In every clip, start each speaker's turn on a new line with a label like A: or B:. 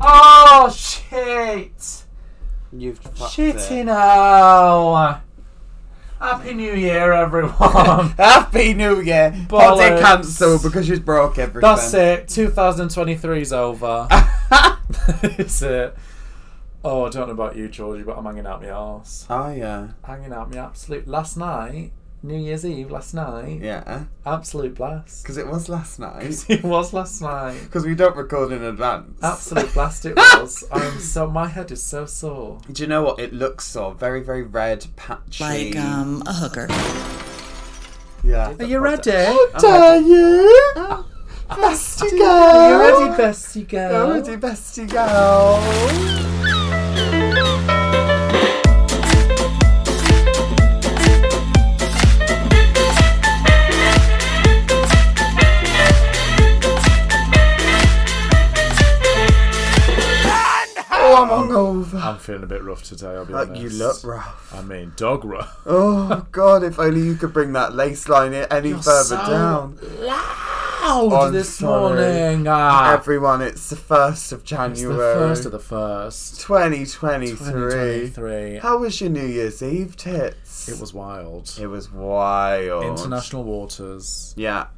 A: Oh shit!
B: You've fucked
A: Shitting hell! Happy New Year, everyone.
B: it. Happy New Year.
A: Bollocks.
B: Holiday cancelled because you broke everything.
A: That's it. 2023 is over. That's it. Oh, I don't know about you, Georgie, but I'm hanging out my arse.
B: Oh yeah,
A: Hanging out my absolute. Last night, New Year's Eve, last night,
B: yeah.
A: absolute blast.
B: Because it was last night.
A: It was last night.
B: Because we don't record in advance.
A: Absolute blast it was. I'm so. My head is so sore.
B: Do you know what it looks so very very red patchy?
C: like um a hooker.
B: yeah.
A: Are you ready?
B: Are you?
A: "Ah,
B: Bestie girl.
A: Are you ready, bestie girl?
B: Ready, bestie girl. Oh, I'm hungover.
D: I'm feeling a bit rough today. I'll be honest.
B: you look rough.
D: I mean, dog rough.
B: Oh God! If only you could bring that lace line i- any further
A: so
B: down.
A: Loud
B: I'm
A: this
B: sorry.
A: morning. Ah,
B: Everyone, it's the first of
A: it's the
B: January.
A: first of the first.
B: 2023.
A: 2023.
B: How was your New Year's Eve tits?
D: It was wild.
B: It was wild.
D: International waters.
B: Yeah.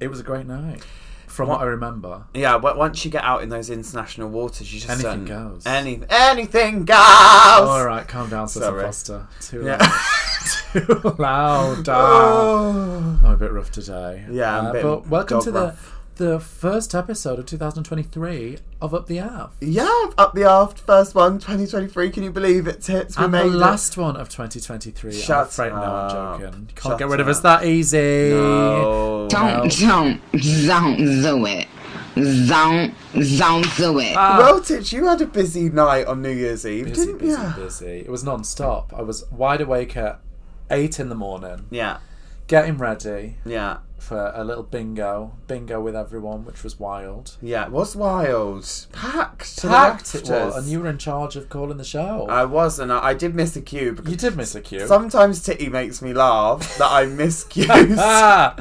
D: It was a great night, from what I remember.
B: Yeah, but once you get out in those international waters, you just
D: Anything
B: don't-
D: goes.
B: Any, anything goes.
D: All right, calm down, Susan
B: Sorry.
D: Foster. Too
B: Yeah.
D: loud. Too loud. ah.
B: Oh.
D: I'm a bit rough today. Uh,
B: Yeah, I'm a bit
D: but welcome
B: dog
D: to
B: rough.
D: the the first episode of 2023 of Up the App.
B: Yeah, up the aft, first one, 2023. Can you believe it, tits? We
D: And
B: made
D: the
B: it.
D: last one of 2023. I'm
B: Shut
D: afraid no,
B: up.
D: I'm joking. Can't
B: Shut
D: get rid of
B: up.
D: us that easy.
B: No.
D: Wow.
E: Don't, don't, don't do it. Don't, don't do it.
B: Well, tits, you had a busy night on New Year's Eve,
D: busy,
B: didn't
D: busy,
B: you?
D: busy. It was non-stop. I was wide awake at eight in the morning,
B: Yeah,
D: getting ready
B: yeah,
D: for a little bingo, bingo with everyone, which was wild.
B: yeah. It was wild. Packed. to the Uh,
D: Packed it
B: rafters.
D: was, and you were in charge of calling the show.
B: I was, and I, I did miss a cue because
D: you did miss a cue.
B: sometimes Titty makes me laugh that I miss cues.
D: ah,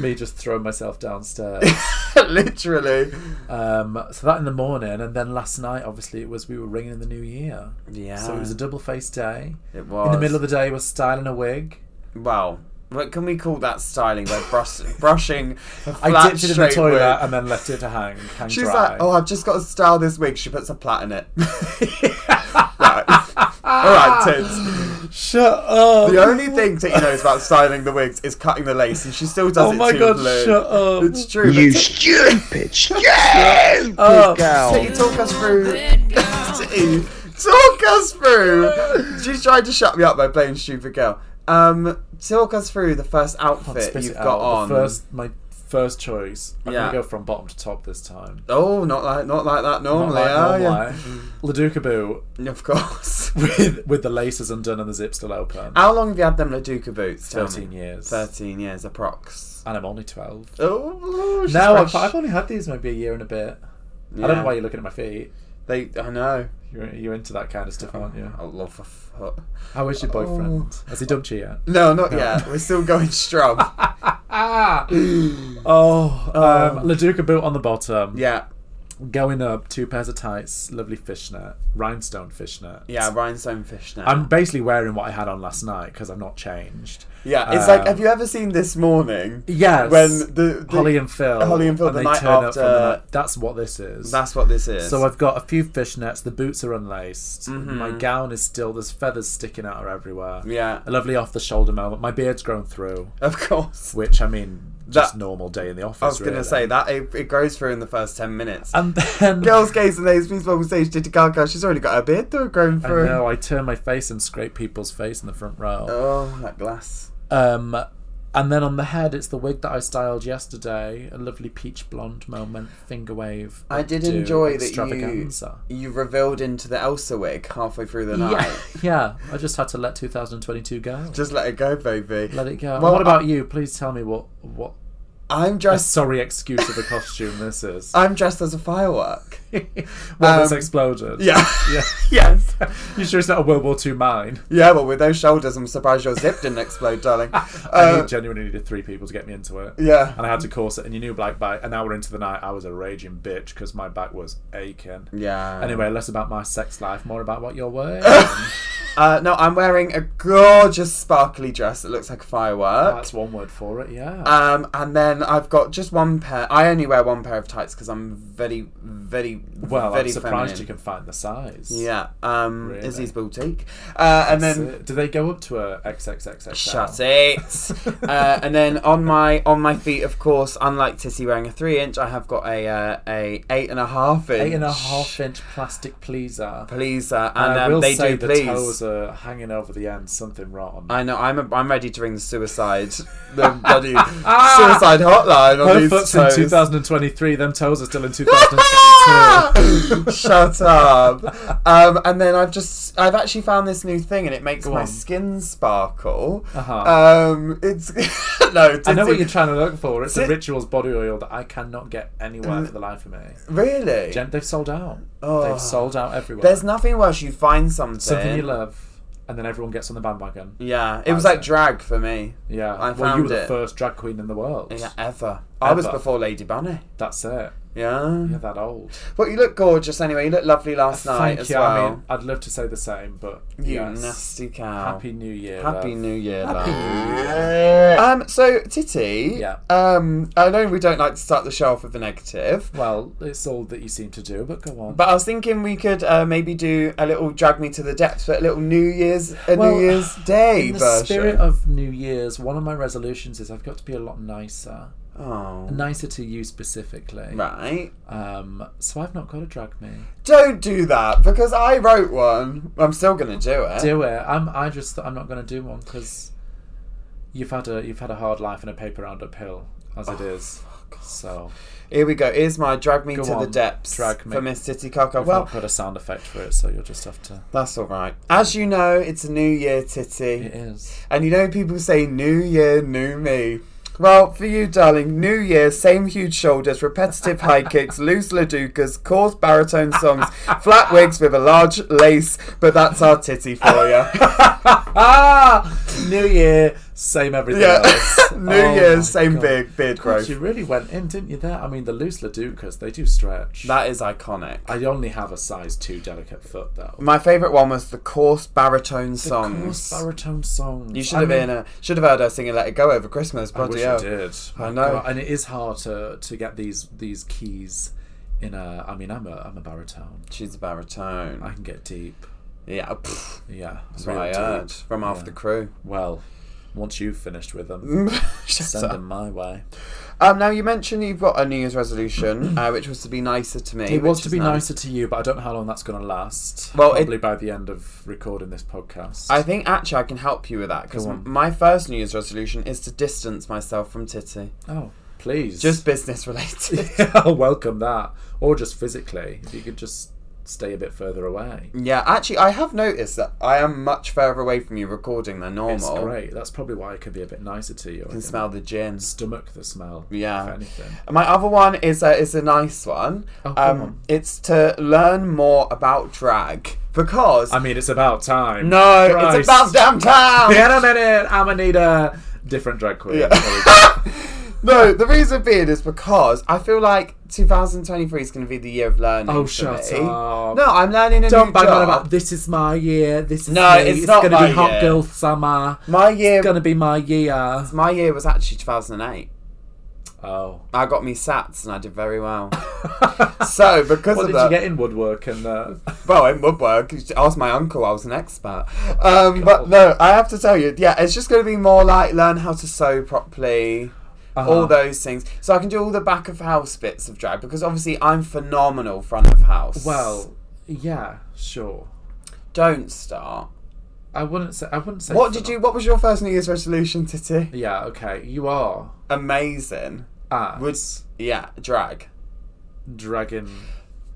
D: me just throwing myself downstairs.
B: Literally.
D: Um, so that in the morning, and then last night, obviously, it was we were ringing in the new year.
B: Yeah.
D: So it was a double faced day.
B: It was.
D: In the middle of the day, we're styling a wig.
B: Well, what can we call that styling? Like brush, brushing. A flat
D: I dipped it in the
B: straight
D: toilet
B: wig.
D: and then left it to hang, hang
B: She's
D: dry.
B: like, oh, I've just got to style this wig. She puts a plait in it. right. All right, tits.
D: Shut up.
B: The only thing Titty knows about styling the wigs is cutting the lace, and she still does
D: Oh
B: it
D: my
B: too
D: god,
B: blue.
D: shut up.
B: It's true. You
D: up.
B: Titty, talk us through. Titty, talk us through. She's tried to shut me up by playing stupid girl. Um, talk us through the first outfit
D: Spit
B: you've
D: it
B: got
D: out.
B: on.
D: The first, my first choice. I'm
B: Yeah.
D: going to go from bottom to top this time.
B: Oh, not like not like that normally,
D: Not
B: are
D: like
B: you?
D: Laduca Boo
B: Of course.
D: with, with the laces undone and the zip still open.
B: How long have you had them Laduca boots? Ah, Tell me.
D: 13 years.
B: Thirteen years, approx.
D: And I'm only 12.
B: Oh, she's
D: No, I've,
B: fresh.
D: I've only had these maybe a year and a bit. I
B: Yeah.
D: don't know why you're looking at my feet.
B: They, I know.
D: You're, you're into that kind of stuff, aren't you?
B: I love a foot.
D: How is your boyfriend?
B: Oh.
D: Has he dumped you yet?
B: No, not yet. We're still going strong.
D: Oh, um, Laduca boot on the bottom.
B: yeah,
D: Going up, two pairs of tights, lovely fishnet, rhinestone fishnet.
B: yeah. Rhinestone fishnet.
D: I'm basically wearing what I had on last night because I've not changed. Um,
B: yeah, it's like. Have you ever seen this morning?
D: Yes.
B: When the, the
D: Holly and Phil.
B: Holly and Phil the
D: they
B: night
D: turn up
B: after-
D: from the night. That's what this is.
B: That's what this is.
D: so I've got a few fishnets. The boots are unlaced. My gown is still. There's feathers sticking out everywhere.
B: Mm-hmm. Yeah.
D: A lovely off the shoulder moment. My beard's grown through,
B: of course.
D: which I mean, just
B: That-
D: normal day in the office.
B: I was gonna
D: really.
B: say that it, it grows through in the first ten minutes.
D: And then
B: Girls gaze and they speak on stage. Did Gaga? She's already got her beard though grown
D: I
B: through.
D: know I turn my face and scrape people's face in the front row.
B: Oh, that glass.
D: Um, and then on the head, it's the wig that I styled yesterday. A lovely peach blonde moment, finger wave.
B: I did
D: updo,
B: enjoy that you
D: extravaganza.
B: you revealed into the Elsa wig halfway through the night.
D: Yeah, yeah. I just had to let 2022 go.
B: Just let it go, baby.
D: let it go.
B: Well,
D: Well, what about you? Please tell me what what
B: I'm
D: a
B: dressed.
D: sorry excuse of a costume this is.
B: I'm dressed as a firework.
D: well, it's
B: Um,
D: exploded.
B: Yeah.
D: Yeah.
B: yes.
D: You sure it's not a World War II mine?
B: Yeah, well, with those shoulders, I'm surprised your zip didn't explode, darling.
D: I
B: Uh,
D: need- genuinely needed three people to get me into it.
B: yeah.
D: And I had to course it. And you knew, like, by an hour into the night, I was a raging bitch because my back was aching.
B: Yeah.
D: Anyway, less about my sex life, more about what you're wearing.
B: Uh, no, I'm wearing a gorgeous sparkly dress that looks like a firework.
D: That's one word for it, yeah.
B: Um, and then I've got just one pair. I only wear one pair of tights because I'm very, very,
D: well,
B: very
D: I'm surprised
B: feminine.
D: you can find the size.
B: Yeah, um,
D: Really?
B: Izzy's boutique, uh, and
D: That's
B: then
D: it. do they go up to a XXXXL?
B: Shut it. uh, and then on my on my feet, of course, unlike Tissy wearing a three inch, I have got a uh, a eight and a half inch.
D: Eight and a half inch plastic pleaser.
B: Please, uh,
D: And
B: and
D: I
B: um,
D: will
B: they
D: say
B: do
D: the
B: please.
D: toes are hanging over the end, something rotten.
B: I know. I'm a, I'm ready to ring the suicide the bloody suicide hotline on
D: Ah! Her
B: these
D: foot's
B: toes.
D: in 2023, them toes are still in 2022.
B: Shut up. Um, and then I've just I've actually found this new thing and it makes my
D: on.
B: skin sparkle.
D: Uh-huh.
B: Um, it's no.
D: I know
B: Titsy-
D: what you're trying to look for. It's a
B: Sit- Uh,
D: Rituals body oil that I cannot get anywhere for the life of me.
B: really.
D: Jen, they've sold out.
B: Oh.
D: They've sold out everywhere.
B: There's nothing worse. You find something.
D: something you love, and then everyone gets on the bandwagon.
B: Yeah, it was
D: That's
B: like
D: it.
B: drag for me.
D: Yeah.
B: I
D: well,
B: found
D: you were
B: it.
D: the first drag queen in the world.
B: Yeah, ever. I was
D: Ever.
B: before Lady Bunny.
D: That's it.
B: Yeah.
D: You're that old.
B: But you look gorgeous anyway. You look lovely last night
D: Thank
B: as
D: you.
B: well.
D: I mean, I'd love to say the same, but
B: you
D: yes.
B: nasty cow.
D: Happy New Year.
B: Happy
D: love.
B: New Year,
D: Happy
B: love.
D: New Year.
B: Um, so Titty,
D: Yeah.
B: um, I know we don't like to start the show off with the negative,
D: Well, it's all that you seem to do, but go on.
B: but I was thinking we could uh, maybe do a little drag me to the depths, but a little New Year's a
D: Well,
B: New Year's Day
D: in the
B: version.
D: spirit of New Year's, one of my resolutions is I've got to be a lot nicer.
B: oh,
D: Nicer to you specifically.
B: right.
D: Um, so I've not got to drag me.
B: Don't do that because I wrote one. I'm still gonna do it.
D: Do it. I'm. I just. I'm not going to do one because you've had a you've had a hard life and a paper round uphill as
B: Oh,
D: it is. So
B: Here we go. Here's my drag me
D: Go
B: to the
D: on,
B: depths
D: drag me.
B: for Miss Titty Coco.
D: I've
B: Well,
D: not put a sound effect for it, so you'll just have to.
B: that's all right. As you know, it's a new year, Titty,
D: It is.
B: and you know people say new year, new me. Well, for you, darling, new year, same huge shoulders, repetitive high kicks, loose ladukas, coarse baritone songs, flat wigs with a large lace. But that's our Titty for you.
D: Ah, New Year, same everything
B: yeah,
D: else.
B: new
D: Oh my
B: year, same
D: God.
B: big beard
D: God,
B: growth.
D: you really went in, didn't you? There. I mean, the loose Laducas, they do stretch.
B: That is iconic.
D: I only have a size two delicate foot though.
B: My favourite one was the coarse baritone songs.
D: Course, baritone songs.
B: You should have
D: I mean,
B: been uh, should have heard her singing "Let It Go" over Christmas.
D: I
B: Bloody
D: wish
B: hell.
D: I did.
B: I
D: Oh,
B: know.
D: God. and it is hard to to get these these keys in a. I mean, I'm a I'm a baritone.
B: She's a baritone.
D: I can get deep.
B: yeah, pfft,
D: Yeah,
B: that's
D: real
B: what I
D: deep.
B: heard from half the crew.
D: Well, once you've finished with them,
B: Shut
D: send
B: up.
D: them my way.
B: Um, now you mentioned you've got a New Year's resolution, uh, which was to be nicer to me.
D: It was
B: which
D: to
B: is
D: be
B: nice.
D: nicer to you, but I don't know how long that's going to last.
B: Well, it-
D: probably by the end of recording this podcast.
B: I think actually I can help you with that because
D: Go on.
B: my first New Year's resolution is to distance myself from Titty,
D: oh, please,
B: just business related.
D: I'll welcome that, or just physically, if you could just stay a bit further away.
B: yeah, actually I have noticed that I am much further away from you recording than normal.
D: It's great. That's probably why it can be a bit nicer to you. I
B: I can smell the gin.
D: stomach the smell.
B: Yeah.
D: If anything.
B: My other one is a, is a nice one.
D: Oh, come
B: um,
D: on.
B: It's to learn more about drag because
D: I mean, it's about time.
B: no, it's
D: Christ.
B: about damn time.
D: In a minute, I'm gonna need a different drag queen.
B: Yeah.
D: There we go.
B: No, the reason being is because I feel like 2023 is going to be the year of learning.
D: Oh,
B: for
D: shut
B: me.
D: up.
B: No, I'm learning a new
D: Don't bang
B: job.
D: on about this is my year. This is
B: No,
D: me,
B: it's not
D: gonna
B: my
D: be hot
B: year.
D: girl summer.
B: my year.
D: It's gonna be my year.
B: My year was actually 2008.
D: Oh.
B: I got me Sats and I did very well. so because
D: What
B: of
D: did
B: that,
D: you get in woodwork and? Uh,
B: Well, it would work. You should Ask my uncle, I was an expert. Um, but no, I have to tell you, yeah, it's just going to be more like learn how to sew properly,
D: Uh-huh.
B: all those things. So I can do all the back of house bits of drag because obviously I'm phenomenal front of house.
D: well, yeah, sure.
B: don't start.
D: I wouldn't say. I wouldn't say.
B: What did
D: phenom-
B: you? What was your first New Year's resolution, Titty?
D: Yeah. Okay. You are.
B: Amazing.
D: Ah.
B: Would yeah, drag.
D: dragon.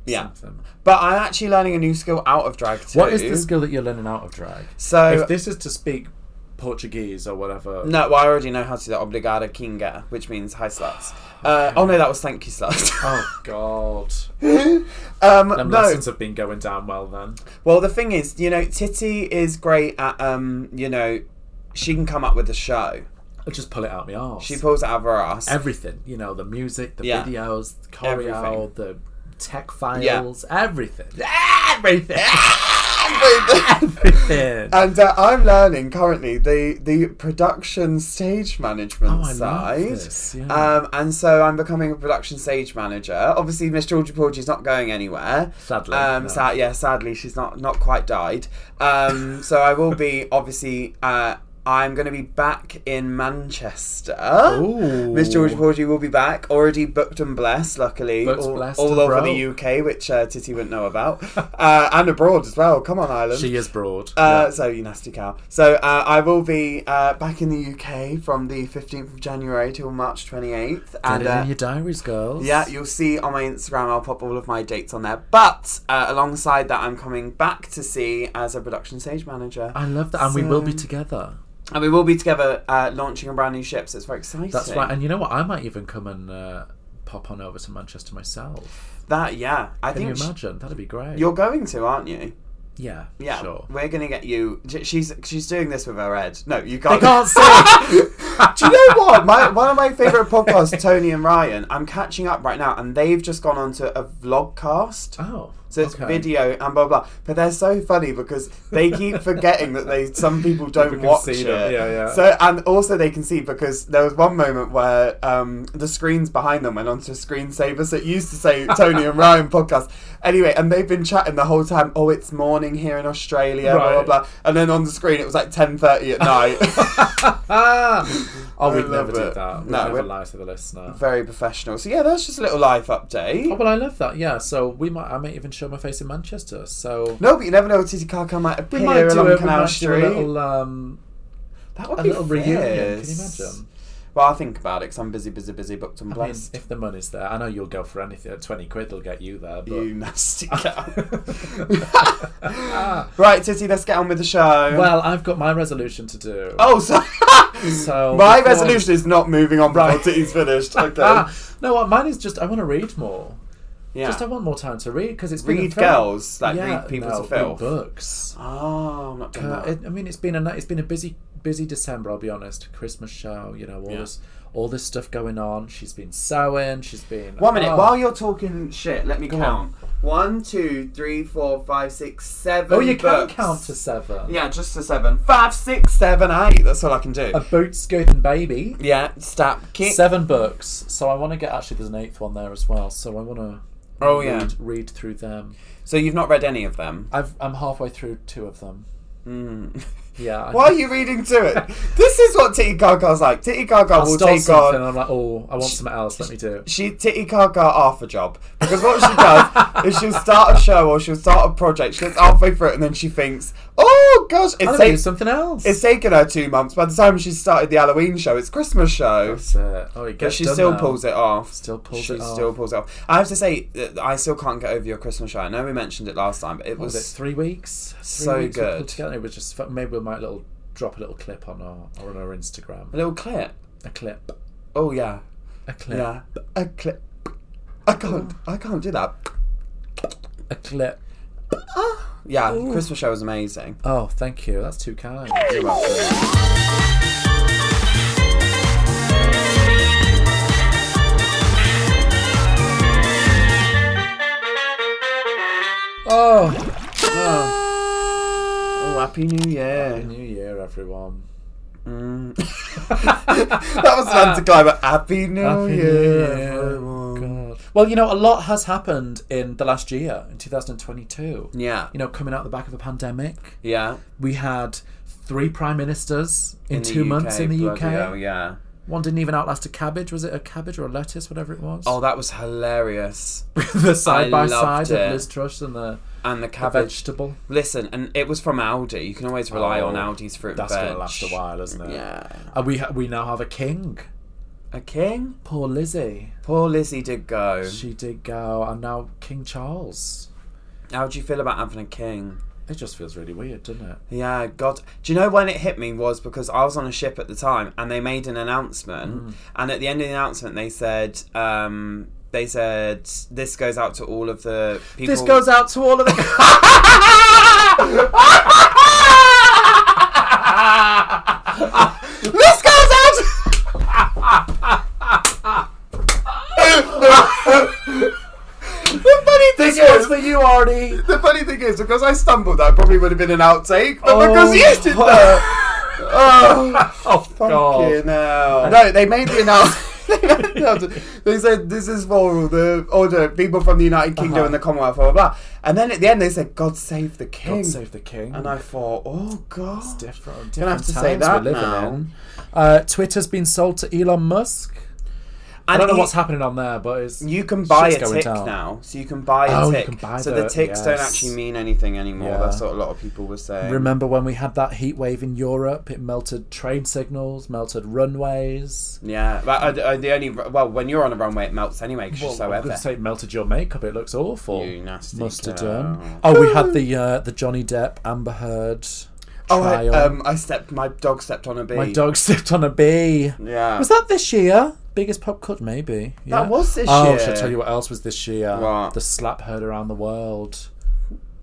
B: Yeah,
D: Something.
B: but I'm actually learning a new skill out of drag too.
D: What is the skill that you're learning out of drag?
B: So
D: if this is to speak Portuguese or whatever,
B: No, well, I already know how to do that. Obligada kinga, oh, which means high sluts. Uh, oh no, that was thank you slut.
D: oh god,
B: Um,
D: Them
B: no.
D: lessons have been going down well then.
B: Well, the thing is, you know, Titty is great at, um, you know, she can come up with a show.
D: I just pull it out my arse.
B: She pulls it out of her ass.
D: everything. You know, the music, the
B: Yeah.
D: videos, the choreo,
B: Everything.
D: the tech files, everything. Everything. everything.
B: and uh, I'm learning currently the the production stage management
D: Oh, I love
B: side.
D: this, yeah.
B: Um, and so I'm becoming a production stage manager. Obviously, Miss Georgie Porgy's not going anywhere.
D: Sadly,
B: Um,
D: no.
B: sad, yeah, sadly, she's not not quite died. Um, so I will be obviously. Uh, I'm going to be back in Manchester.
D: Ooh.
B: Miss Georgie Porgy will be back. Already booked and blessed, luckily.
D: Booked,
B: all
D: blessed
B: all
D: and
B: over
D: broke.
B: the UK, which uh, Titty wouldn't know about. uh, and abroad as well. Come on, Ireland.
D: she is broad.
B: Uh, So you nasty cow. So uh, I will be uh, back in the UK from the fifteenth of January till March twenty eighth,
D: Get
B: and
D: it
B: uh,
D: in your diaries, girls.
B: yeah, you'll see on my Instagram. I'll pop all of my dates on there. But uh, alongside that, I'm coming back to see as a production stage manager,
D: I love that, and we will be
B: So-
D: together.
B: and we will be together uh, launching a brand new ship. So it's very exciting.
D: That's right. And you know what? I might even come and uh, pop on over to Manchester myself.
B: That yeah, I
D: Can you
B: think sh-
D: imagine? That'd be great.
B: you're going to, aren't you?
D: yeah,
B: Yeah,
D: sure.
B: we're gonna get you. j- She's she's doing this with her head. No, you
D: I
B: can't.
D: can't see.
B: Do you know what? My, one of my favourite podcasts, Tony and Ryan, I'm catching up right now, and they've just gone onto a vlogcast.
D: oh,
B: So it's
D: okay.
B: video and blah blah, but they're so funny because they keep forgetting that they some people don't
D: can
B: watch
D: see
B: it.
D: them, yeah, yeah.
B: So and also they can see because there was one moment where um, the screens behind them went onto a screensaver, so it used to say Tony and Ryan podcast. Anyway, and they've been chatting the whole time. Oh, it's morning here in Australia, blah blah
D: Right.
B: blah. And then on the screen it was like ten thirty at night.
D: Ah! Oh, we'd
B: love
D: never do
B: it.
D: that. We'd
B: No,
D: never
B: we're-
D: lie to the listener.
B: very professional. So yeah, that's just a little life
D: Oh,
B: update.
D: well, I love that. Yeah, so we might. I might even show my face in Manchester. So
B: No, but you never know. Titi Kaka might appear
D: we might do,
B: along
D: a, we
B: Canal
D: might do a
B: Street.
D: little, um,
B: that
D: a
B: would be
D: little reunion. Can you
B: fierce.
D: imagine?
B: Well, I think about it because I'm busy, busy, busy, booked and
D: I mean,
B: blessed.
D: if the money's there, I know you'll go for anything. Twenty quid will get you there. But
B: you nasty cow. right, Titty, let's get on with the show.
D: Ah. well, I've got my resolution to do.
B: oh, sorry.
D: so
B: My
D: Oh, before-
B: resolution is not moving on before
D: Right.
B: Titty's finished. Okay.
D: Ah, no, what mine is just I want to read more.
B: yeah.
D: Just I want more time to read because it's been a
B: read
D: film.
B: girls, like
D: Yeah,
B: read people
D: no,
B: to
D: read
B: filth.
D: books.
B: Oh, I'm not doing
D: Uh,
B: that.
D: it, I mean, it's been a ni- it's been a busy busy December. I'll be honest. Christmas show, you know, all
B: Yeah.
D: this all this stuff going on. She's been sewing. She's been
B: One minute.
D: Oh.
B: While you're talking shit, let me
D: Go
B: count. One, two, three, four, five, six, seven.
D: oh, you
B: books.
D: can count to seven.
B: Yeah, just to seven. Five, six, seven, eight. That's all I can do.
D: A boot scooting baby.
B: yeah, stop. Kick.
D: Seven books. So I want to get actually there's an eighth one there as well. So I want to
B: Oh, yeah.
D: read, read through them.
B: So you've not read any of them.
D: I've, I'm halfway through two of them.
B: Mm.
D: Yeah. I-
B: Why are you reading to it? this is what Titty Gaga's like. Titty Gaga
D: I'll
B: will
D: start
B: take
D: something.
B: on.
D: And I'm like, oh, I want something else. Let me do. it."
B: She Titty Gaga half a job because what she does is she'll start a show or she'll start a project. She gets halfway through it and then she thinks, "Oh gosh,
D: I'm
B: it's
D: gonna do
B: take,
D: something else.
B: it's taken her two months." By the time she started the Halloween show, it's Christmas show.
D: That's it. Oh, it
B: But
D: gets
B: she
D: done
B: still
D: now.
B: pulls it off.
D: Still pulls
B: she
D: it off.
B: still pulls it off. I have to say, that I still can't get over your Christmas show. I know we mentioned it last time, but it
D: What was it
B: was
D: three weeks? Three
B: so
D: weeks we pulled
B: good.
D: Together. It was just fu- maybe we might little drop a little clip on our or on our
B: a
D: Instagram.
B: little clip.
D: A clip.
B: Oh yeah,
D: A clip.
B: yeah, a clip. I can't, I can't do that.
D: A clip.
B: Yeah, Christmas show was amazing.
D: Oh, thank you. That's too kind. Oh,
B: Oh, happy New Year!
D: New Year, everyone.
B: that was an anticlimax. Happy New
D: Happy New
B: Year,
D: Year.
B: everyone.
D: God. Well, you know, a lot has happened in the last year, in 2022.
B: Yeah,
D: You know, coming out the back of a pandemic,
B: yeah.
D: we had three prime ministers in,
B: In the
D: two months
B: UK,
D: in the UK.
B: bloody hell, yeah.
D: One didn't even outlast a cabbage. Was it a cabbage or a lettuce, whatever it was?
B: Oh, that was hilarious.
D: the side by side
B: loved it.
D: of Liz Truss and the,
B: And the
D: the
B: cabbage.
D: vegetable.
B: Listen, and it was from Aldi. You can always rely on
D: Oh,
B: Aldi's fruit
D: That's
B: and
D: going
B: veg.
D: to last a while, isn't it?
B: Yeah.
D: And we ha- we now have a king.
B: A king?
D: Poor Lizzie.
B: Poor Lizzie did go.
D: She did go, and now King Charles.
B: How do you feel about having a king?
D: It just feels really weird, doesn't it?
B: Yeah, God. Do you know when it hit me was because I was on a
D: Mm.
B: ship at the time and they made an announcement. And at the end of the announcement, they said, um, they said this goes out to all of the people.
D: This goes out to all of the.
B: This goes out. the funny thing
D: this one's
B: is,
D: for you, Arnie.
B: the funny thing is, because I stumbled, that probably would have been an outtake, but
D: Oh.
B: because you did that. oh.
D: Oh,
B: Fucking hell. No, they made the announcement. they said this is for all the all the people from the United Kingdom and the Commonwealth, blah blah blah. And then at the end they said, "God save the King."
D: Uh-huh. God save the king.
B: and I thought, "Oh God,
D: different,
B: Gonna
D: different
B: have to
D: times
B: say that
D: we're living
B: now.
D: in. Uh, Twitter's been sold to Elon Musk. I don't know
B: you,
D: what's happening on there, but it's
B: You can buy
D: Shit's
B: a
D: going
B: tick
D: down.
B: now, so you can buy a
D: Oh, you
B: tick.
D: can buy
B: so the
D: the-
B: ticks don't
D: yes.
B: actually mean anything anymore.
D: Yeah.
B: That's what a lot of people were saying.
D: Remember when we had that heat wave in Europe? It melted train signals, melted runways.
B: yeah, but I, I, the only well, when you're on a runway, it melts anyway because you're so
D: I was gonna
B: heavy.
D: say it melted your makeup. It looks awful.
B: You nasty
D: Must have
B: girl.
D: done. Oh, we had the uh, the Johnny Depp Amber Heard
B: Oh, I,
D: trial.
B: um, I stepped. My dog stepped on a bee.
D: My dog stepped on a bee.
B: Yeah.
D: Was that this year? Biggest pop cut, maybe. Yeah.
B: was this
D: oh,
B: year.
D: should I tell you what else was this year?
B: What?
D: The slap heard around the world.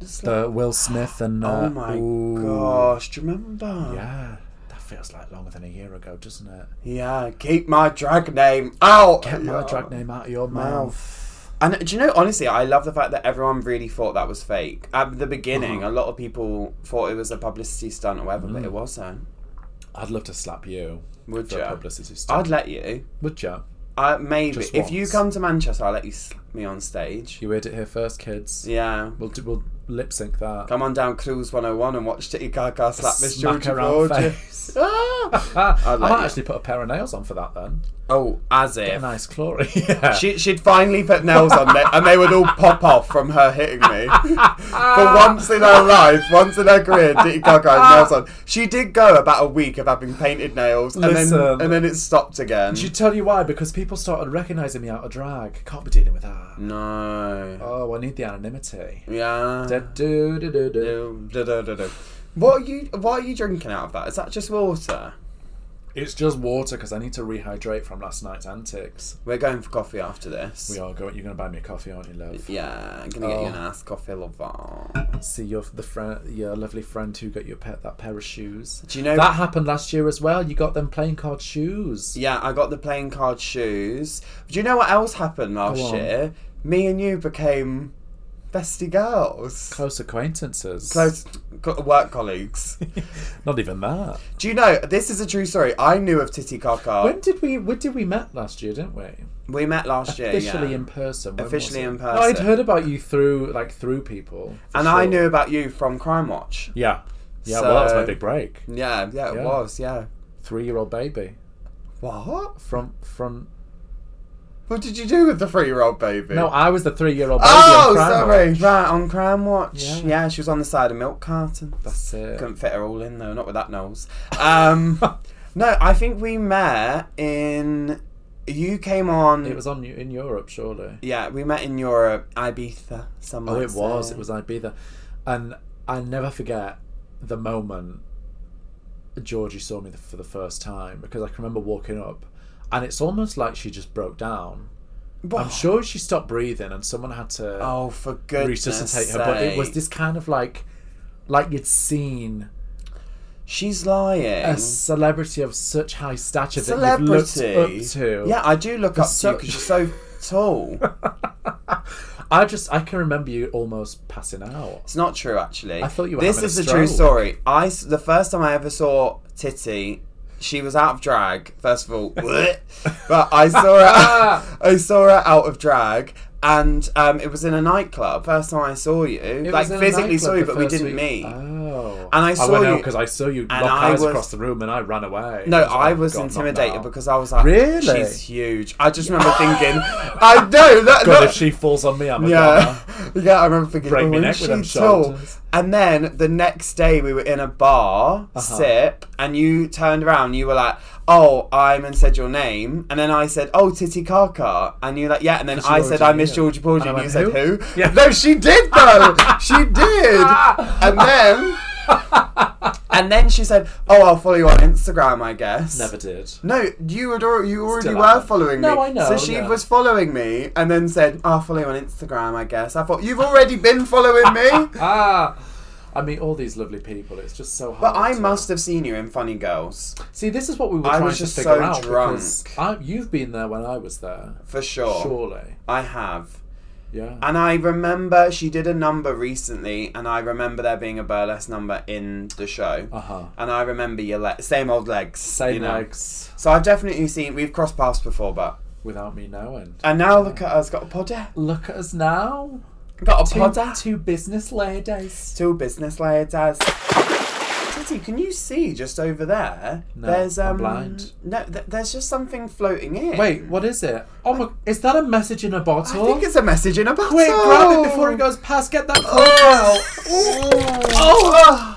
B: slap-
D: The Will Smith and. Uh,
B: Oh my
D: ooh.
B: gosh! Do you remember?
D: Yeah. That feels like longer than a year ago, doesn't it?
B: Yeah, keep my drag name out.
D: Get my drag name out of your mouth.
B: And do you know, honestly, I love the fact that everyone really thought that was fake. At the beginning,
D: Uh-huh.
B: a lot of people thought it was a publicity stunt or whatever, but it wasn't.
D: I'd love to slap you.
B: Would
D: Mm. for
B: ya?
D: a publicity stunt.
B: I'd let you.
D: Would you?
B: Uh, maybe.
D: Just
B: if you
D: once.
B: come to Manchester, I'll let you slap me on stage.
D: You heard it here first, kids.
B: yeah.
D: We'll, do, we'll lip sync that.
B: Come on down Cruise 101 and watch Titty Gaga slap Miss
D: Smack
B: Georgia
D: her round
B: Georgia.
D: face.
B: Ah!
D: Ah, I
B: I'd let
D: might
B: you.
D: actually put a pair of nails on for that then.
B: oh, as
D: A
B: if.
D: nice glory. Yeah.
B: She, she'd finally put nails on there, and they would all pop off from her hitting me. For
D: Ah!
B: once in her life, once in her career, Diddy Gaga had nails on. She did go about a week of having painted nails, and then
D: Listen.
B: and then it stopped again.
D: Should tell you why? Because people started recognising me out of drag. Can't be dealing with that.
B: no.
D: Oh, I need the anonymity.
B: Yeah.
D: Da- do- do- do- do.
B: Do- do- do- do- do. What are you? Why are you drinking out of that? Is that just water?
D: It's just water because I need to rehydrate from last night's antics.
B: We're going for coffee after this.
D: We are going. You're going to buy me a coffee, aren't you, love?
B: Yeah, I'm gonna get you
D: Oh.
B: an ass coffee, lover.
D: See your the friend, your lovely friend who got your pet that pair of shoes.
B: Do you know-
D: that happened last year as well? You got them playing card shoes.
B: Yeah, I got the playing card shoes. Do you know what else happened
D: Go
B: last
D: on.
B: year? Me and you became bestie girls.
D: Close acquaintances.
B: Close co- work colleagues.
D: Not even that.
B: Do you know this is a true story? I knew of Titty Kaka.
D: When did we? When did we met last year? Didn't we?
B: we met last year.
D: Officially
B: yeah.
D: in person. when was
B: Officially
D: it?
B: in
D: No, I'd
B: person.
D: heard about you through like through people. for
B: and I
D: sure.
B: knew about you from Crime Watch.
D: Yeah. Yeah, well, that was my
B: So-
D: big break.
B: Yeah, yeah, it
D: Yeah.
B: was. Yeah.
D: Three-year-old baby
B: What?
D: from from.
B: What did you do with the three-year-old baby?
D: No, I was the three-year-old baby.
B: Oh,
D: on Crime
B: sorry.
D: Watch.
B: Right on Crime Watch. Yeah.
D: Yeah.
B: she was on the side of milk cartons.
D: That's it.
B: Couldn't fit her all in though, not with that nose. Um, no, I think we met in. You came on.
D: It was on in Europe, surely.
B: Yeah, we met in Europe, Ibiza. Some
D: Oh,
B: might
D: it was.
B: say.
D: It was Ibiza, and I never forget the moment Georgie saw me the, for the first time because I can remember walking up, and it's almost like she just broke down. I'm sure she stopped breathing, and someone had to
B: Oh, for goodness
D: resuscitate
B: sake.
D: her. But it was this kind of like, like you'd seen
B: She's lying.
D: a celebrity of such high stature that you've looked up to.
B: Yeah, I do look up to
D: so-
B: you because you're so tall.
D: I just I can remember you almost passing out.
B: It's not true, actually.
D: I thought you were
B: This
D: having a
B: is the true
D: stroke.
B: story. I s- the first time I ever saw Titty, she was out of drag. First of all, bleh. but I saw her. I saw her out of drag, and um, it was in a nightclub. First time I saw you, like
D: was in a
B: physically saw
D: nightclub
B: you,
D: the
B: but we
D: first
B: didn't
D: week.
B: meet.
D: Oh.
B: And I saw
D: I went
B: you-
D: out because I saw you lock
B: I
D: eyes
B: was-
D: across the room and I ran away.
B: no,
D: It
B: I
D: like, "Oh,
B: was
D: God, not
B: intimidated
D: now.
B: because I was like,
D: Really?
B: she's huge. I just remember thinking, I know that.
D: God,
B: that-
D: if she falls on me, I'm a
B: Yeah,
D: goner.
B: yeah, I remember thinking,
D: Break
B: oh,
D: me neck
B: is
D: with them
B: she tall?
D: shoulders.
B: And then the next day we were in a bar,
D: Uh-huh.
B: sip, and you turned around, you were like, oh, I'm, and said your name, and then I said, oh, Titty Kaka, and you like, yeah, and then I
D: you
B: said,
D: already
B: I miss
D: knew.
B: Georgia Porgy, and,
D: And I
B: you said,
D: went,
B: who?
D: Yeah.
B: No, she did though, she did, and then. and then she said, "Oh, I'll follow you on Instagram, I guess."
D: Never did.
B: No, you had already, you already
D: Still
B: were
D: haven't.
B: following me.
D: No, I know,
B: So she
D: yeah.
B: was following me, and then said, "I'll follow you on Instagram, I guess." I thought you've already been following me.
D: Ah, I meet all these lovely people. It's just so hard.
B: But I
D: to-
B: must have seen you in Funny Girls
D: see. This is what we were
B: I
D: trying
B: was just
D: to figure
B: so
D: out
B: drunk.
D: because I, you've been there when I was there.
B: for sure.
D: Surely,
B: I have.
D: yeah.
B: And I remember she did a number recently, and I remember there being a burlesque number in the show.
D: Uh huh.
B: And I remember your le- same old legs.
D: Same
B: you know.
D: legs
B: So I've definitely seen we've crossed paths before, but
D: without me knowing.
B: and now look at us got a podder,
D: Look at us now.
B: got a
D: Two,
B: podder,
D: two business ladies.
B: two business ladies. Titty, can you see just over there?
D: No,
B: there's um,
D: I'm blind.
B: No, th- there's just something floating in.
D: Wait, what is it? Oh my! Is that a message in a
B: I
D: bottle?
B: think it's a message in a bottle.
D: Wait, grab it before it goes past. Get that.
B: Oh, oh.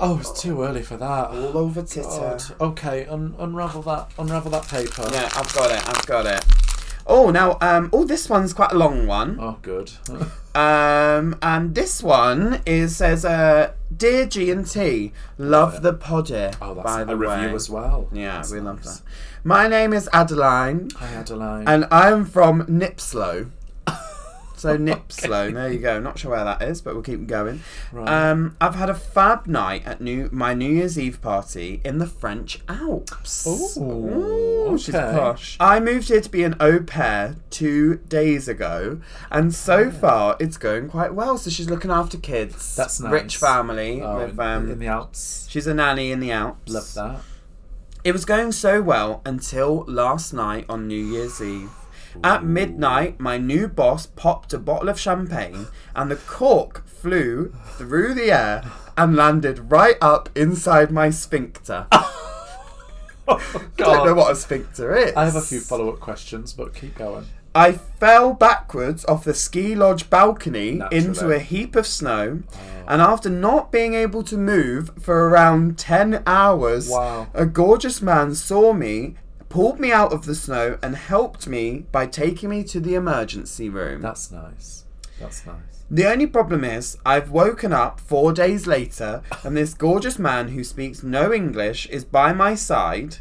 D: Oh, it's too early for that.
B: all over titter.
D: God. Okay, un- unravel that. Unravel that paper.
B: Yeah, I've got it. I've got it. Oh, now, um, oh, this one's quite a long one.
D: Oh, good.
B: Um, and this one is says, uh, "Dear G and T, love the poddy."
D: Oh, that's
B: by
D: a
B: the
D: review
B: way.
D: as well.
B: Yeah,
D: That's
B: we love
D: nice.
B: that. My name is Adeline,
D: Hi, Adeline.
B: and I'm from Nipslow. So Nipslow, there you go. Not sure where that is, but we'll keep going.
D: Right.
B: Um, I've had a fab night at new my New Year's Eve party in the French Alps.
D: Ooh,
B: she's
D: okay.
B: posh. I moved here to be an au pair two days ago, and
D: Oh.
B: so far it's going quite well. So she's looking after kids.
D: That's nice.
B: Rich family
D: Oh,
B: with
D: in,
B: um.
D: in the Alps.
B: She's a nanny in the Alps.
D: Love that.
B: It was going so well until last night on New Year's Eve. At midnight, my new boss popped a bottle of champagne and the cork flew through the air and landed right up inside my sphincter. I Oh, don't know what a sphincter is.
D: I have a few follow-up questions, but keep going.
B: I fell backwards off the ski lodge balcony
D: Naturally.
B: into a heap of snow, and after not being able to move for around 10 hours,
D: Wow.
B: a gorgeous man saw me, pulled me out of the snow, and helped me by taking me to the emergency room.
D: That's nice. That's nice.
B: The only problem is, I've woken up four days later, and this gorgeous man who speaks no English is by my side,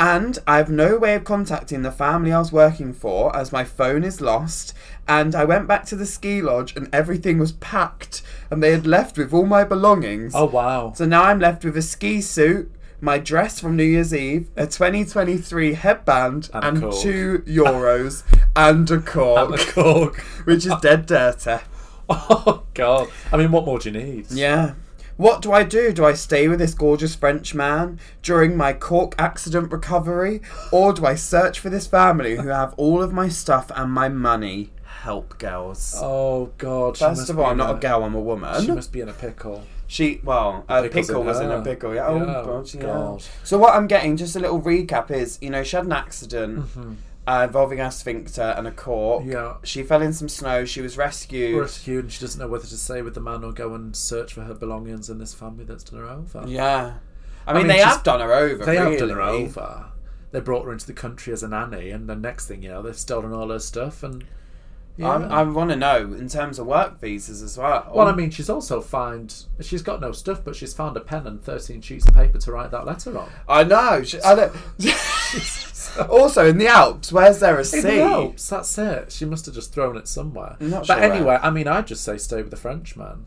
B: and I have no way of contacting the family I was working for as my phone is lost. And I went back to the ski lodge, and everything was packed, and they had left with all my belongings.
D: Oh wow.
B: So now I'm left with a ski suit, my dress from New Year's Eve, a 2023 headband,
D: a
B: and,
D: cork.
B: two euros, and a
D: Oh,
B: cork,
D: Cork.
B: which is dead dirty.
D: Oh god. I mean, what more do you need?
B: Yeah. What do I do? Do I stay with this gorgeous French man during my cork accident recovery? Or do I search for this family who have all of my stuff and my money? Help, girls.
D: Oh god. she
B: First
D: must
B: of
D: be
B: all, I'm
D: in
B: not
D: a-
B: a girl, I'm a
D: She
B: woman.
D: must be in a pickle.
B: She, well, a
D: pickle's
B: pickle
D: in
B: was in
D: her.
B: a pickle, yeah.
D: Yeah,
B: oh, God, yeah.
D: God.
B: So, what I'm getting, just a little recap, is you know, she had an accident uh, involving her sphincter and a cork.
D: Mm-hmm. Yeah.
B: She fell in some snow, she was rescued.
D: Rescued, and she doesn't know whether to stay with the man or go and search for her belongings in this family that's done her over.
B: Yeah. I mean,
D: mean,
B: they
D: she's-
B: have done her over.
D: They
B: really.
D: have done her over. They brought her into the country as a nanny, and the next thing you know, they've stolen all her stuff. And yeah.
B: I'm, I want to know in terms of work visas as well.
D: well, I mean, she's also found she's got no stuff, but she's found a pen and thirteen sheets of paper to write that letter on.
B: I know. sh- I don't- also, in the Alps, where's there a sea?
D: In the Alps, that's it. She must have just thrown it somewhere.
B: not
D: but
B: sure where.
D: anyway, I mean, I'd just say stay with the Frenchman.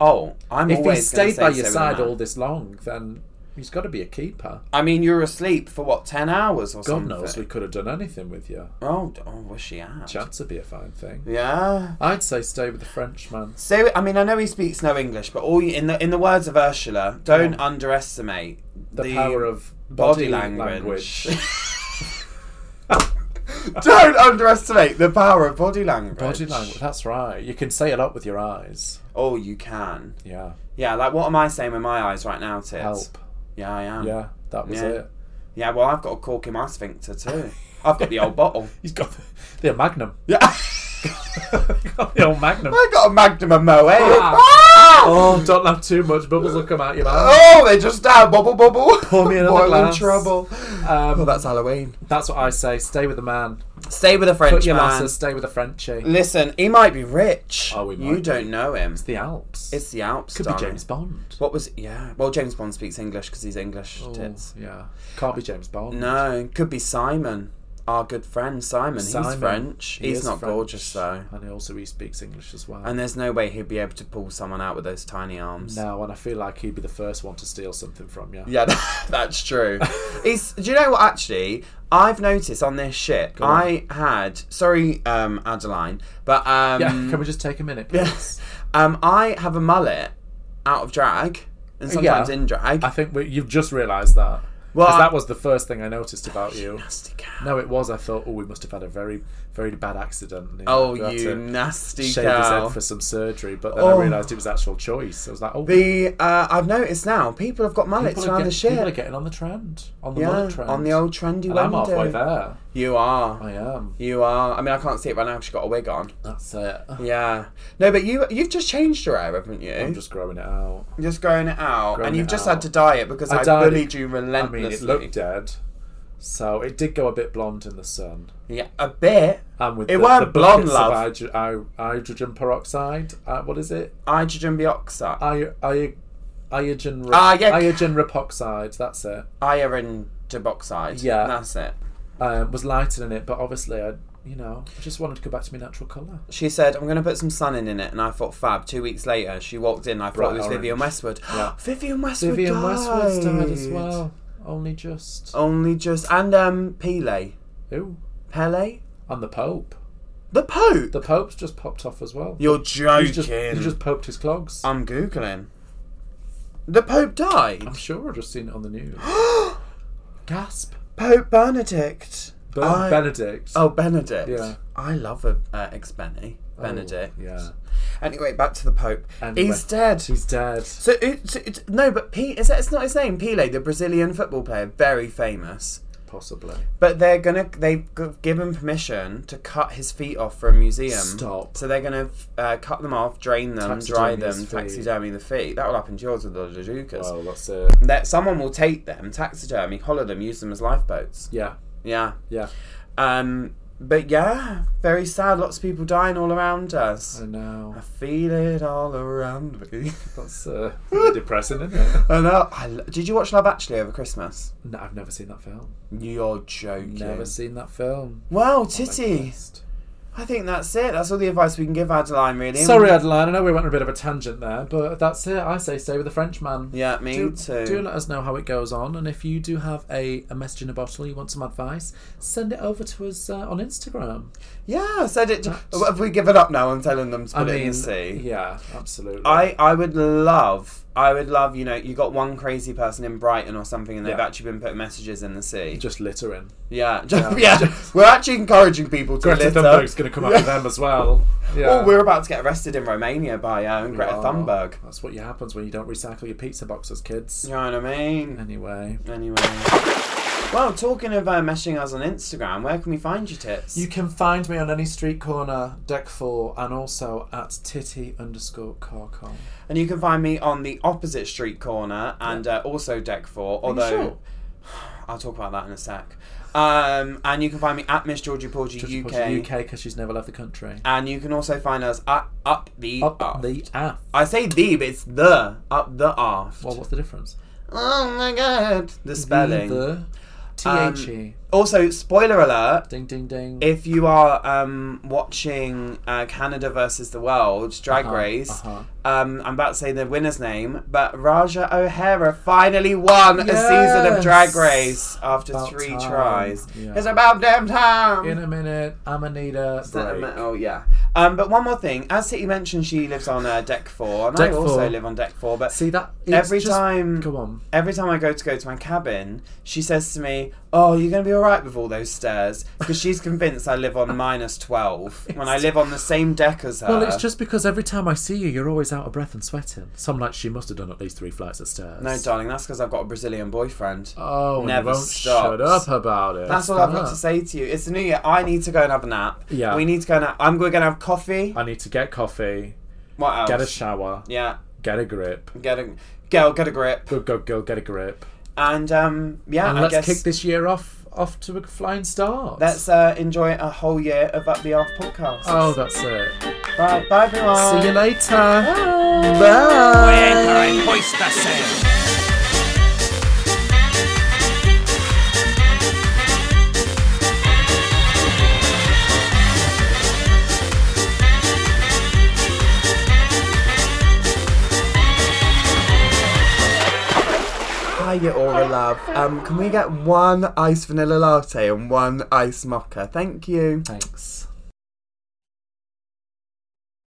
B: Oh, I'm
D: If he
B: always gonna
D: stayed
B: say
D: by
B: so
D: your
B: with a
D: side
B: man.
D: all this long, then he's got to be a keeper.
B: I mean, you were asleep for what ten hours or
D: God
B: something.
D: knows we could have done anything with you.
B: Oh, d- oh, wish he had.
D: Chance would be a fine thing.
B: Yeah.
D: I'd say stay with the Frenchman.
B: So I mean, I know he speaks no English, but all you, in the in the words of Ursula, don't underestimate
D: The, power of
B: body
D: body,
B: language.
D: language.
B: don't underestimate the power of body language.
D: Body language. That's right. You can say a lot with your eyes.
B: Oh, you can.
D: Yeah.
B: Yeah, like what am I saying with my eyes right now, Tits?
D: Help.
B: Yeah, I am.
D: Yeah. That was
B: Yeah.
D: it.
B: Yeah, well, I've got a cork in my sphincter too. I've got the old bottle.
D: He's got the, the Magnum.
B: Yeah.
D: got the old Magnum.
B: I got a Magnum and Moet.
D: Ah.
B: Ah!
D: Oh, don't have too much. Bubbles will come out your mouth.
B: Oh, they just died. Bubble, bubble.
D: Pour me another
B: Boiling
D: glass.
B: trouble.
D: Um,
B: Well, that's Halloween.
D: that's what I say. Stay with the man.
B: Stay with a
D: Put
B: French
D: your
B: man.
D: lasses. Stay with a Frenchie.
B: Listen, he might be rich.
D: Oh, he might
B: You
D: be.
B: don't know him.
D: It's the Alps.
B: It's the Alps.
D: Could
B: darling.
D: be James Bond.
B: What was? Yeah. Well, James Bond speaks English because he's English.
D: Oh,
B: Tits.
D: Yeah. Can't be James Bond.
B: No, could be Simon, our good friend Simon. He's
D: Simon.
B: French.
D: He
B: he's
D: is
B: not
D: French.
B: gorgeous though.
D: And he also he speaks English as well.
B: And there's no way he'd be able to pull someone out with those tiny arms.
D: no, and I feel like he'd be the first one to steal something from you.
B: Yeah, that, that's true. He's, do you know what? Actually, I've noticed on this ship, I had sorry, um, Adeline, but um,
D: Yeah, Can we just take a minute, please?
B: Yes. Um, I have a mullet out of drag and sometimes in drag.
D: Uh, I think we, you've just realised that.
B: Well,
D: Because
B: I-
D: that was the first thing I noticed about you.
B: Nasty cow.
D: No, it was. I thought, oh, we must have had a very, very bad accident. and he-
B: Oh,
D: he had
B: you
D: to
B: nasty
D: shave his
B: cow.
D: head for some surgery, but then
B: Oh.
D: I realised it was actual choice. I was like, oh,
B: The uh, I've noticed now people have got mullets
D: people, are
B: around
D: get-
B: the ship.
D: people are getting on the trend, on the
B: yeah,
D: mullet trend,
B: on the old trendy
D: And I'm halfway
B: window.
D: there.
B: You are.
D: I am.
B: You are. I mean, I can't see it right now because she got a wig on.
D: That's it.
B: Yeah. No, but you you've just changed your hair, haven't you?
D: I'm just growing it out.
B: just growing it out,
D: Growing
B: and you've
D: it
B: just had
D: out.
B: to dye it because
D: I
B: I,
D: dyed it.
B: bullied you
D: I mean, it
B: relentlessly.
D: looked dead, so it did go a bit blonde in the sun.
B: yeah, a bit.
D: And with
B: It
D: the,
B: weren't
D: the
B: blonde,
D: buckets
B: love.
D: Of hydro- hy- hydrogen peroxide. Uh, what is it?
B: Hydrogen dioxide.
D: Hy- hy- hydrogen. Re-
B: Ah, yeah.
D: Hydrogen peroxide. That's it.
B: Iron dioxide.
D: Yeah.
B: that's it.
D: Um, was lightening it, but obviously I, you know, I just wanted to go back to my natural colour.
B: She said, "I'm going to put some sun in in it," and I thought, "Fab." Two weeks later, she walked in. I thought
D: Bright
B: it was
D: orange.
B: Vivian Westwood.
D: Yeah.
B: Vivian Westwood.
D: Vivian
B: died.
D: Westwood's died as well. Only just.
B: Only just and um Pele,
D: Ooh.
B: Pele,
D: And the Pope.
B: the Pope.
D: The Pope's just popped off as well.
B: You're joking.
D: He's just, he just poked his clogs.
B: I'm googling. The Pope died.
D: I'm sure I've just seen it on the news. Gasp.
B: Pope Benedict.
D: Ben-
B: I-
D: Benedict.
B: Oh, Benedict.
D: Yeah. Oh,
B: I love a uh, ex Benny. Benedict.
D: yeah.
B: Anyway, back to the Pope.
D: Anyway.
B: He's dead.
D: He's dead.
B: So, it, so it, no, but P is that it's not his name. Pele, the Brazilian football player, very famous.
D: Possibly.
B: But they're gonna they've g- given permission to cut his feet off for a museum.
D: Stop.
B: So they're gonna uh, cut them off, drain them,
D: Taxidermy
B: dry them,
D: his feet.
B: taxidermy the feet. That will happen to yours with the Lajucas.
D: Well, that's uh, it.
B: That someone will take them, taxidermy, hollow them, use them as lifeboats.
D: Yeah.
B: Yeah.
D: Yeah.
B: Um, but yeah, very sad. Lots of people dying all around us.
D: I
B: I
D: know.
B: feel it all around me.
D: That's uh, really depressing, isn't it?
B: I know. I lo- Did you watch Love Actually over Christmas?
D: No, I've never seen that film.
B: You're joking.
D: Never seen that film.
B: Wow,
D: Like
B: titty.
D: Christ.
B: I think that's it. That's all the advice we can give Adeline, really.
D: Sorry, Adeline. I know we went on a bit of a tangent there, but that's it. I say stay with the Frenchman.
B: Yeah, me
D: do,
B: too.
D: do let us know how it goes on, and if you do have a, a message in a bottle, you want some advice, send it over to us uh, on Instagram.
B: yeah, I said it.
D: That's-
B: Have we given up now on telling them to put
D: I
B: it in
D: mean,
B: the sea?
D: yeah, absolutely.
B: I, I would love, I would love, you know, you got one crazy person in Brighton or something and they've
D: Yeah.
B: actually been putting messages in the sea.
D: just littering.
B: yeah, yeah. We're actually encouraging people to
D: Greta
B: litter.
D: Thunberg's going to come after them as well. Yeah.
B: Oh, we're about to get arrested in Romania by um, Greta
D: Oh,
B: Thunberg.
D: That's what you happens when you don't recycle your pizza boxes, kids.
B: You know what I mean?
D: Anyway,
B: Anyway. Well, talking of uh, meshing us on Instagram, where can we find you, Tits?
D: you can find me on any street corner, deck four, and also at titty underscore carcon.
B: and you can find me on the opposite street corner and uh, also deck four, although
D: sure?
B: I'll talk about that in a sec. Um, and you can find me at Miss Georgie Porgy
D: Just
B: UK.
D: put UK because she's never left the country.
B: And you can also find us at Up the
D: Up
B: Aft.
D: the aft.
B: I say the, but it's the. Up the aft.
D: Well, what's the difference?
B: oh my god. The spelling.
D: The T
B: Um,
D: H E.
B: Also, spoiler alert.
D: Ding ding ding.
B: If you are um, watching uh, Canada versus the World Drag
D: Uh-huh,
B: Race,
D: uh-huh.
B: um, I'm about to say the winner's name, but Raja O'Hara finally won a season of
D: Yes.
B: Drag Race after
D: About
B: three
D: time.
B: tries.
D: Yeah.
B: It's about damn time.
D: In a minute, I'm gonna need a break.
B: Oh yeah. Um, but one more thing, as City mentioned, she lives on uh, deck four, and
D: Deck
B: I also
D: four.
B: live on deck four. But
D: See that it's
B: every
D: just-
B: time,
D: Come on.
B: every time I go to go to my cabin, she says to me, "Oh, you're going to be all right with all those stairs," because she's convinced I live on minus twelve when I live on the same deck as her.
D: Well, it's just because every time I see you, you're always out of breath and sweating. Some like she must have done at least three flights of stairs.
B: no, darling. That's because I've got a Brazilian boyfriend.
D: Oh, and you
B: Never
D: won't
B: stops.
D: shut up about it.
B: that's all I've got to say to you. It's the new year. I need to go and have a nap.
D: Yeah.
B: We need to go and. Ha- I'm going to have coffee.
D: I need to get coffee,
B: What else?
D: get a shower,
B: yeah.
D: get a grip.
B: Get a girl, get a grip,
D: Go, go, go, get a grip.
B: and um, yeah,
D: And
B: I
D: let's
B: guess
D: kick this year off off to a flying start.
B: let's uh, enjoy a whole year of Up the Off podcast.
D: Oh, that's it.
B: right, bye everyone.
D: See you later. Bye.
B: Hiya, Aura love. Um, can we get one iced vanilla latte and one iced mocha? Thank you.
D: Thanks.